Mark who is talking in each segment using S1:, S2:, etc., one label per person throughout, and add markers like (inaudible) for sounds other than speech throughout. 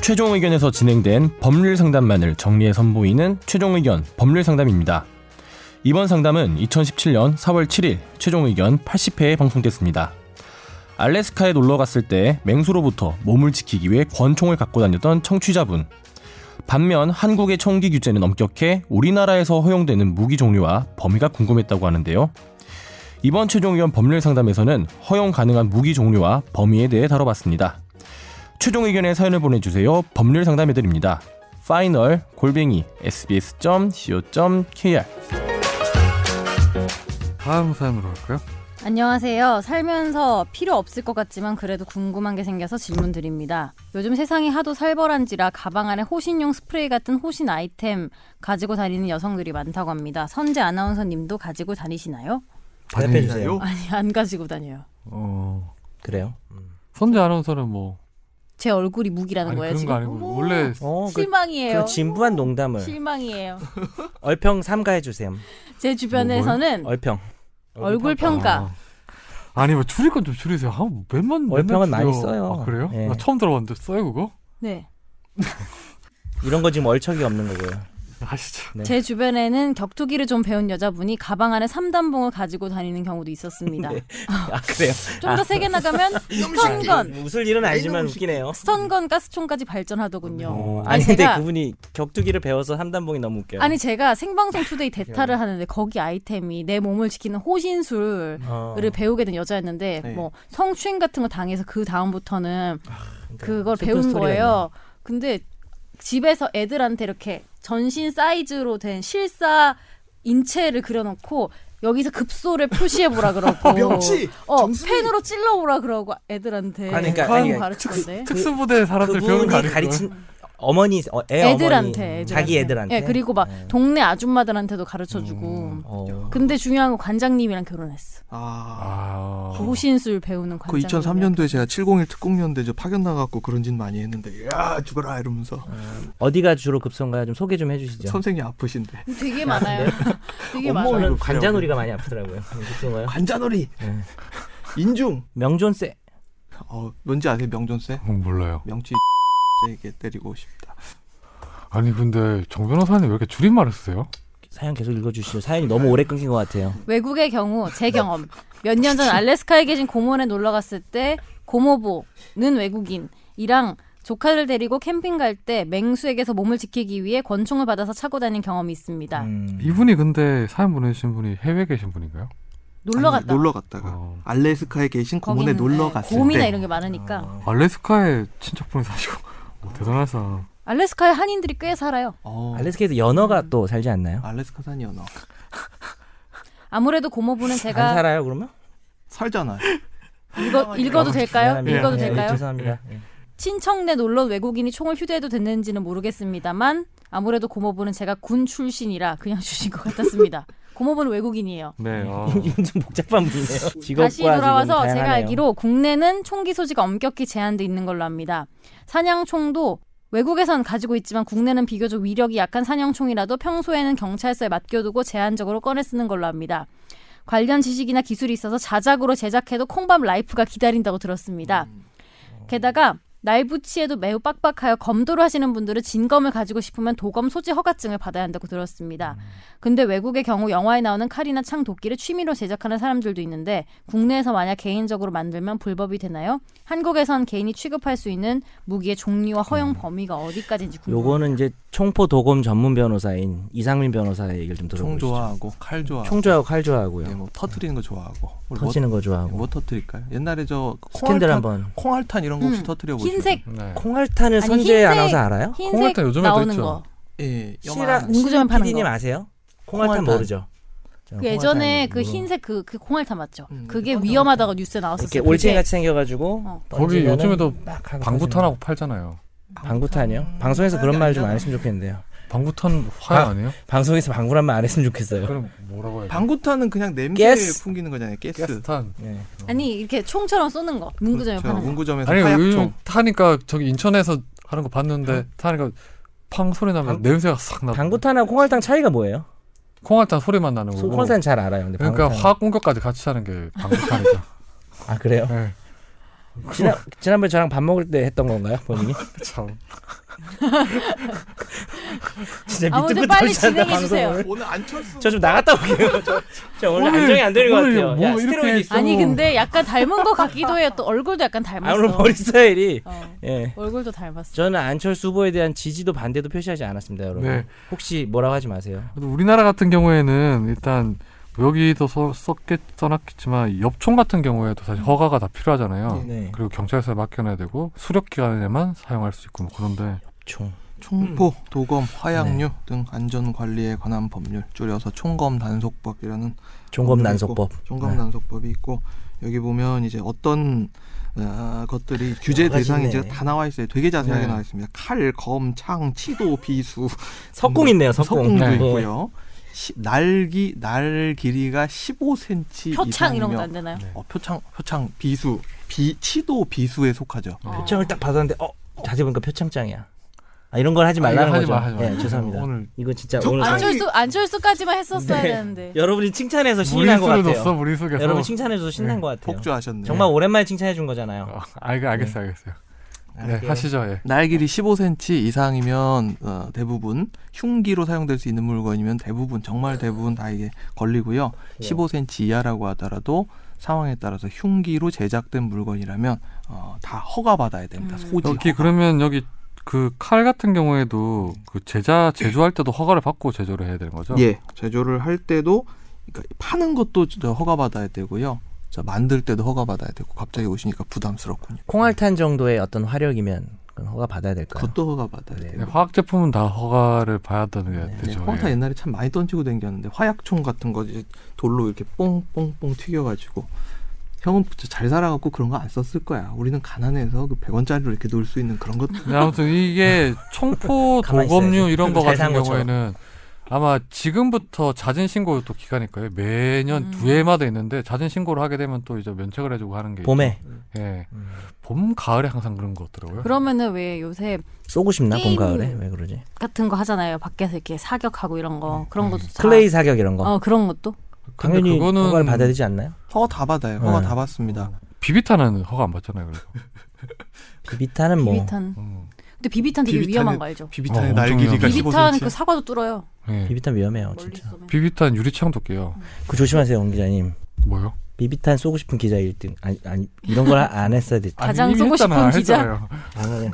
S1: 최종 의견에서 진행된 법률 상담만을 정리해 선보이는 최종 의견 법률 상담입니다. 이번 상담은 2017년 4월 7일 최종 의견 80회에 방송됐습니다. 알래스카에 놀러 갔을 때 맹수로부터 몸을 지키기 위해 권총을 갖고 다녔던 청취자분. 반면 한국의 총기 규제는 엄격해 우리나라에서 허용되는 무기 종류와 범위가 궁금했다고 하는데요. 이번 최종 의견 법률 상담에서는 허용 가능한 무기 종류와 범위에 대해 다뤄봤습니다. 최종 의견의 사연을 보내주세요. 법률 상담해드립니다. 파이널 골뱅이 sbs.co.kr
S2: 다음 사연으로 갈까요?
S3: 안녕하세요. 살면서 필요 없을 것 같지만 그래도 궁금한 게 생겨서 질문 드립니다. 요즘 세상이 하도 살벌한지라 가방 안에 호신용 스프레이 같은 호신 아이템 가지고 다니는 여성들이 많다고 합니다. 선재 아나운서님도 가지고 다니시나요?
S4: 네, 대답해 주세요.
S3: 아니 안 가지고 다녀요.
S2: 어
S4: 그래요.
S2: 선재 아나운서는 뭐
S3: 제 얼굴이 무기라는
S2: 아니
S3: 거예요
S2: 그런
S3: 지금.
S2: 거 아니고
S3: 어머,
S2: 원래
S4: 어, 그,
S3: 실망이에요.
S4: 그 진부한 농담을
S3: 실망이에요.
S4: 얼평 삼가해 주세요.
S3: 제
S2: 뭐,
S3: 주변에서는
S4: 얼평.
S3: 얼굴 평가.
S2: 아. 니뭐 줄일 건 좀 줄이세요. 아, 맨만 맨날
S4: 월평은
S2: 줄여.
S4: 많이 써요.
S2: 아, 그래요?
S4: 예.
S2: 나 처음 들어봤는데 써요 그거?
S3: 네.
S4: 이런 거 지금 얼척이 없는 거고요.
S2: 아 진짜.
S4: 네.
S3: 제 주변에는 격투기를 좀 배운 여자분이 가방 안에 삼단봉을 가지고 다니는 경우도 있었습니다.
S4: 네. 아 그래요.
S3: 좀 더 세게
S4: (laughs)
S3: 나가면 스턴건,
S4: 웃을 일은 아니지만 웃기네요.
S3: 스턴건 가스총까지 발전하더군요.
S4: 어,
S3: 아니,
S4: 아니 근데
S3: 제가-
S4: 그분이 격투기를 배워서 삼단봉이 너무 웃겨요.
S3: 아니 제가 생방송 투데이 대타를 하는데 거기 아이템이 내 몸을 지키는 호신술을
S4: 어,
S3: 배우게 된 여자였는데
S2: 네.
S3: 뭐 성추행 같은 거 당해서 그 다음부터는
S4: 그러니까
S3: 그걸
S4: 슬픈
S3: 배운
S4: 스토리였네.
S3: 거예요. 근데 집에서 애들한테 이렇게 전신 사이즈로 된 실사 인체를 그려놓고 여기서 급소를 표시해 보라
S4: (laughs)
S3: 그러고
S5: 명치!
S3: 어
S5: 정수리!
S3: 펜으로 찔러 보라 그러고 애들한테
S4: 아니, 그러니까,
S3: 그런
S4: 아니,
S3: 거 가르치던데
S2: 특수부대 사람들 배우는
S4: 그분이
S2: 거 아니에요?
S4: 가르친 어머니 어, 애
S3: 애들한테,
S4: 어머니,
S3: 애들한테.
S4: 자기 애들한테.
S3: 예 그리고 막
S4: 네.
S3: 동네 아줌마들한테도 가르쳐주고
S5: 음.
S4: 어.
S3: 근데 중요한 건 관장님이랑 결혼했어
S5: 아.
S2: 아.
S3: 호신술 배우는
S5: 그
S3: 관장님
S5: 2003년도에 제가 701 특공연대 저 파견 나가고 그런 짓 많이 했는데 야 죽어라 이러면서
S4: 어디가 주로 급선가요? 좀 소개 좀 해주시죠.
S5: 선생님
S4: 네.
S5: 아프신데
S3: 어, 되게 많아요 (laughs) 되게
S5: 네.
S3: 많아요
S5: 어머,
S4: 저는
S5: 이거
S4: 관자놀이가 많이 아프더라고요. 급선가요?
S5: 관자놀이
S4: 네.
S5: 인중
S4: 명존 세.
S5: 어 뭔지 아세요 명존세
S2: 어, 몰라요.
S5: 명치 세게 때리고 싶다
S2: 아니 근데 정 변호사님 왜 이렇게 줄임말을 쓰세요?
S4: 사연 계속 읽어주시죠. 사연이 너무 오래 끊긴 것 같아요.
S3: 외국의 경우 제 경험 몇 년 전 알래스카에 계신 고모네 놀러 갔을 때 고모부는 외국인이랑 조카를 데리고 캠핑 갈 때 맹수에게서 몸을 지키기 위해 권총을 받아서 차고 다닌 경험이 있습니다.
S4: 음.
S2: 이분이 근데 사연 보내주신 분이 해외에 계신 분인가요?
S3: 놀러
S5: 아니,
S3: 갔다.
S5: 놀러 갔다가
S2: 어.
S5: 알래스카에 계신 고문에
S3: 거기는
S5: 놀러
S3: 네,
S5: 갔을
S3: 곰이나
S5: 때 아.
S3: 이런 게 많으니까
S2: 알래스카에 친척분이 사시고 뭐 대단하사.
S3: 알래스카에 한인들이 꽤 살아요.
S5: 어,
S4: 알래스카에서 연어가 또 살지 않나요?
S5: 알래스카 산이었나
S3: 아무래도 고모부는
S4: 안
S3: 제가
S4: 살아요 그러면?
S5: 살잖아요
S3: 읽어, 읽어도 될까요?
S4: 미안합니다.
S3: 읽어도
S4: 예,
S3: 될까요?
S4: 죄송합니다. 예.
S3: 친척네 놀러 온 외국인이 총을 휴대해도 됐는지는 모르겠습니다만 아무래도 고모부는 제가 군 출신이라 그냥 (laughs) 주신 것 같았습니다. 고모부는 외국인이에요.
S2: 네. 아.
S4: (laughs) 이건 좀 복잡한 분이네요. 직업과
S3: 다시 돌아와서
S4: 지금
S3: 제가
S4: 다양하네요.
S3: 알기로 국내는 총기 소지가 엄격히 제한돼 있는 걸로 압니다. 사냥총도 외국에선 가지고 있지만 국내는 비교적 위력이 약한 사냥총이라도 평소에는 경찰서에 맡겨두고 제한적으로 꺼내 쓰는 걸로 압니다. 관련 지식이나 기술이 있어서 자작으로 제작해도 콩밥 라이프가 기다린다고 들었습니다.
S4: 음. 어.
S3: 게다가 날부치에도 매우 빡빡하여 검도를 하시는 분들은 진검을 가지고 싶으면 도검 소지 허가증을 받아야 한다고 들었습니다.
S5: 음.
S3: 근데 외국의 경우 영화에 나오는 칼이나 창 도끼를 취미로 제작하는 사람들도 있는데 국내에서 만약 개인적으로 만들면 불법이 되나요? 한국에선 개인이 취급할 수 있는 무기의 종류와
S5: 음.
S3: 허용 범위가 어디까지인지 궁금해요.
S4: 요거는 이제 총포 도검 전문 변호사인 이상민 변호사의 얘기를 좀
S5: 총
S4: 들어보시죠.
S5: 좋아하고 칼 좋아하고
S4: 총조하고 칼 좋아하고요.
S5: 네, 뭐 터트리는 거 좋아하고 우리 뭐-
S4: 터지는 거 좋아하고.
S5: 뭐 터트릴까요 옛날에 저
S4: 스캔들
S5: 콩알탄-
S4: 한번.
S5: 콩알탄 이런 거 혹시
S3: 음,
S5: 터트려 보셨나요?
S3: 흰색
S2: 네.
S4: 콩알탄을
S3: 아니,
S4: 선재
S3: 흰색-
S4: 아나운서 알아요?
S3: 흰색
S2: 콩알탄 요즘에도
S3: 나오는
S2: 있죠.
S3: 거. 그
S5: 예,
S4: 시라
S5: 영화
S3: 문구점에 파는
S4: PD님
S3: 거.
S4: 아세요? 콩알탄,
S5: 콩알탄.
S4: 모르죠? 저는
S3: 그 예전에
S4: 콩알탄
S3: 그
S4: 모르고.
S3: 흰색 그, 그 콩알탄 맞죠?
S5: 음,
S3: 그게
S5: 콩알탄
S3: 위험하다고 뉴스에
S4: 이렇게
S3: 나왔었어요.
S4: 올챙이
S3: 그게
S4: 같이 생겨가지고
S3: 어.
S2: 거기
S4: 던지면은
S2: 요즘에도
S4: 막 하고
S2: 방구탄하고 팔잖아요.
S4: 터지는- 방구탄이요? 방송에서 그런 말 좀 안 했으면 좋겠는데요.
S2: 방구탄 화약
S4: 아.
S2: 아니에요?
S4: 방송에서 방구란 말 안 했으면 좋겠어요.
S2: 그럼 뭐라고 해야 돼?
S5: 네. 방구탄은 그냥 냄새
S4: 가스.
S5: 풍기는 거잖아요. 가스.
S2: 가스탄.
S4: 네.
S3: 아니 이렇게 총처럼 쏘는 거 문구점에
S5: 그렇죠.
S3: 파는 거.
S5: 문구점에서
S2: 아니 요즘
S5: 화약총.
S2: 타니까 저기 인천에서 하는 거 봤는데 타니까 팡 소리 나면
S4: 방-
S2: 냄새가 싹 나.
S4: 방구탄하고 콩알탄 차이가 뭐예요?
S2: 콩알탄 소리만 나는 거고.
S4: 콩알탄 잘 알아요. 근데
S2: 그러니까
S4: 방구탄은-
S2: 화학 공격까지 같이 하는 게 방구탄이죠.
S4: 아 그래요?
S2: 네.
S4: 지난, 지난번에 저랑 밥 먹을 때 했던 건가요,
S3: (laughs)
S4: 본인이?
S2: 참.
S4: 진짜 밑도
S3: 아무튼
S4: 끝도
S3: 빨리
S4: 없이 한다,
S3: 진행해 주세요.
S4: 방송을.
S5: 오늘
S4: (laughs)
S5: 안철수
S4: 저 좀 나갔다 올게요. (laughs) 저, 저 오늘,
S2: 오늘-
S4: 안정이 안 되는 것
S2: 오늘
S4: 같아요.
S2: 뭐
S4: 야,
S2: 이렇게
S4: 스테로이드 있어.
S3: 아니 근데 약간 닮은 것 같기도 해요. 또 얼굴도 약간
S4: 아,
S3: 닮았어.
S4: 오늘 머리 스타일이.
S3: 어,
S4: 예.
S3: 얼굴도 닮았어.
S4: 저는 안철수 후보에 대한 지지도 반대도 표시하지 않았습니다, 여러분.
S2: 네.
S4: 혹시 뭐라고 하지 마세요.
S2: 그래도 우리나라 같은 경우에는 일단 뭐 여기도 써, 썼겠, 써놨겠지만 엽총 같은 경우에도 사실 허가가 다 필요하잖아요.
S4: 네.
S2: 그리고 경찰서에 맡겨놔야 되고 수력 기관에만 사용할 수 있고 뭐 그런데
S4: 총.
S5: 총포,
S4: 음.
S5: 도검, 화약류
S4: 네.
S5: 등 안전 관리에 관한 법률 줄여서 총검 단속법이라는
S4: 종검 난소법.
S5: 법률이 있고, 총검
S4: 네.
S5: 단속법이 있고 여기 보면 이제 어떤 어, 것들이 규제
S4: 아, 여러 가지네.
S5: 대상이 이제 다 나와 있어요. 되게 자세하게
S2: 네.
S5: 나와 있습니다. 칼, 검, 창, 치도, 비수,
S4: 석궁 있네요, 석궁.
S5: 석궁도
S2: 네.
S5: 있고요. 시- 날기 날 길이가 15cm
S3: 표창 이런 것도
S5: 이상이며
S3: 안 되나요?
S4: 네.
S5: 어, 표창 표창 비수 비 치도 비수에 속하죠.
S2: 어.
S4: 네. 표창을 딱 받았는데 어 자세히 보니까 표창장이야. 아 이런 걸
S2: 아,
S4: 하지
S2: 이거
S4: 말라는
S2: 하지
S4: 거죠.
S2: 마, 하지 마.
S4: 예, 죄송합니다.
S2: 오늘
S4: 이거 진짜
S5: 저-
S4: 오늘
S5: 아니,
S4: 저희-
S3: 안철수 안철수까지만 했었어야
S4: 네.
S3: 되는데.
S4: 여러분이 칭찬해서 신난 것
S2: 무리수를
S4: 같아요.
S2: 뒀어 무리 속에서
S4: 여러분 칭찬해 줘서 신난 것 같아요.
S5: 폭주하셨네요.
S4: 정말 오랜만에 칭찬해 준 거잖아요. 아,
S2: 어, 아 이거 알겠어요 알겠어요. 네
S4: 알게요.
S2: 하시죠 예.
S5: 날 길이 15cm 이상이면 어, 대부분 흉기로 사용될 수 있는 물건이면 대부분 정말 대부분 다 이게
S4: 네.
S5: 걸리고요.
S4: 예.
S5: 15cm 이하라고 하더라도 상황에 따라서 흉기로 제작된 물건이라면 어, 다 허가 받아야 됩니다.
S3: 음.
S5: 소지.
S2: 여기
S5: 허가.
S2: 그러면 여기 그 칼 같은 경우에도 그 제자 제조할 때도 허가를 받고 제조를 해야 되는 거죠?
S5: 예, 제조를 할 때도 그러니까 파는 것도 저 허가 받아야 되고요. 저 만들 때도 허가 받아야 되고 갑자기 오시니까 부담스럽군요.
S4: 콩알탄 정도의 어떤 화력이면 그건 허가 받아야 될까요?
S5: 그것도 허가 받아야
S4: 네.
S5: 돼요.
S2: 네, 화학 제품은 다 허가를 받아야 되는 게 되죠.
S5: 펑타
S2: 예.
S5: 네, 옛날에 참 많이 던지고 댕겼는데 화약총 같은 거 이제 돌로 이렇게 뽕뽕뽕 튀겨가지고 형은 진짜 잘 살아갖고 그런 거 안 썼을 거야. 우리는 가난해서 그 100원짜리로 이렇게 놀 수 있는 그런 것
S2: 네, 아무튼
S4: (laughs)
S2: 이게 총포
S4: 가만히
S2: 도검류
S4: 있어야지.
S2: 이런 거
S4: 잘 사는
S2: 같은
S4: 것처럼.
S2: 경우에는 아마 지금부터 자진 신고 또 기간일까요? 매년
S3: 음.
S2: 두 해마다 있는데 자진 신고를 하게 되면 또 이제 면책을 해주고 하는 게
S4: 봄에 음.
S2: 있죠. 예, 봄 가을에 항상 그런 거 같더라고요.
S3: 그러면은 왜 요새
S4: 쏘고 싶나
S3: 게임.
S4: 봄 가을에 왜 그러지?
S3: 같은 거 하잖아요. 밖에서 이렇게 사격하고 이런 거 그런 것도 다-
S4: 네. 클레이 사격 이런 거
S3: 어 그런 것도
S2: 근데
S4: 당연히
S2: 그거는-
S4: 허가를 받아야 되지 않나요?
S5: 허가 다 받아요. 허가
S4: 네.
S5: 다 받습니다.
S2: 비비탄은 허가 안 받잖아요. 그래서
S4: 비비탄은 뭐
S3: 비비탄.
S2: 음.
S3: 근데 비비탄 되게
S5: 비비탄은-
S3: 위험한 거 알죠?
S5: 비비탄의
S2: 어,
S5: 날 길이가
S2: 엄청나요.
S5: 15cm.
S3: 비비탄 그 사과도 뚫어요.
S2: 예.
S4: 비비탄 위험해요,
S3: 멀리
S4: 뭐 아, 진짜.
S3: 쏘면.
S2: 비비탄 유리창도 깨요.
S4: 그 조심하세요, 원 기자님.
S2: 뭐요?
S4: 비비탄 쏘고 싶은 기자 1등. 아니, 아니 이런 걸 안 했어야 됐.
S2: 아니,
S3: 가장
S2: 이미
S3: 쏘고 싶은
S2: 했잖아,
S3: 기자.
S2: 했잖아요.
S4: 아, 그냥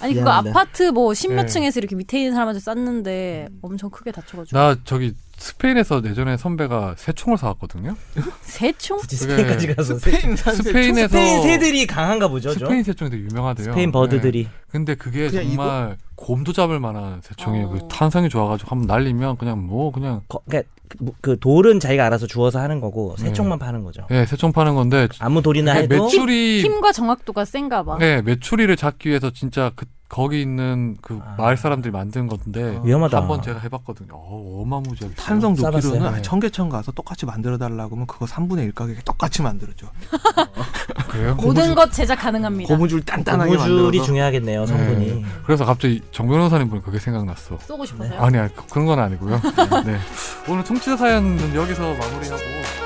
S3: 아니 그거
S4: 미안합니다. 네.
S3: 아파트 뭐 십몇
S2: 예.
S3: 층에서 이렇게 밑에 있는 사람한테 쐈는데
S4: 음.
S3: 엄청 크게
S2: (laughs)
S3: 다쳐가지고
S2: 나 저기 스페인에서 예전에 선배가 새 총을 사왔거든요.
S3: 세총
S4: 굳이 스페인까지 가서
S5: 스페인 산세
S2: 스페인에서
S4: 스페인 새들이 강한가 보죠, 저.
S2: 스페인 새총이 되게 유명하대요.
S4: 스페인 버드들이
S2: 네. 근데 그게
S5: 그냥 이거?
S2: 정말 곰도 잡을 만한 새총이에요.
S3: 어.
S2: 그 탄성이 좋아가지고 한번 날리면 그냥 뭐 그냥
S4: 거, 그러니까 그, 뭐, 그 돌은 자기가 알아서 주워서 하는 거고
S5: 음.
S4: 새총만 파는 거죠.
S2: 예 새총 파는 건데
S4: 아무 돌이나
S5: 그러니까
S2: 그게
S4: 해도
S2: 매출이
S3: 힘과 정확도가 센가
S4: 네.
S3: 봐.
S2: 예 매출이를 잡기 위해서 진짜 그 거기 있는 그
S4: 아.
S2: 마을 사람들이 만든 건데
S4: 위험하다.
S2: 한번 제가 해봤거든요. 어 어마무지하게
S5: 탄성
S4: 싸봤어요?
S5: 높이로는 아,
S2: 네.
S5: 청계천 가서 똑같이 만들어 달라고 하면 그거 3분의 1 가격에 똑같이 만들어줘.
S2: 아, 그래요?
S3: 모든 것 제작 가능합니다.
S5: 고무줄 단단하게
S4: 고무줄이
S5: 만들어서
S4: 그 중요하겠네요, 성분이.
S2: 네. 그래서 갑자기 정 변호사님 보니 그게 생각났어. 네.
S3: 쏘고 싶어서요?
S2: 아니 아니, 그- 그런 건 아니고요. 네. 오늘 통치자 사연은 여기서 마무리하고.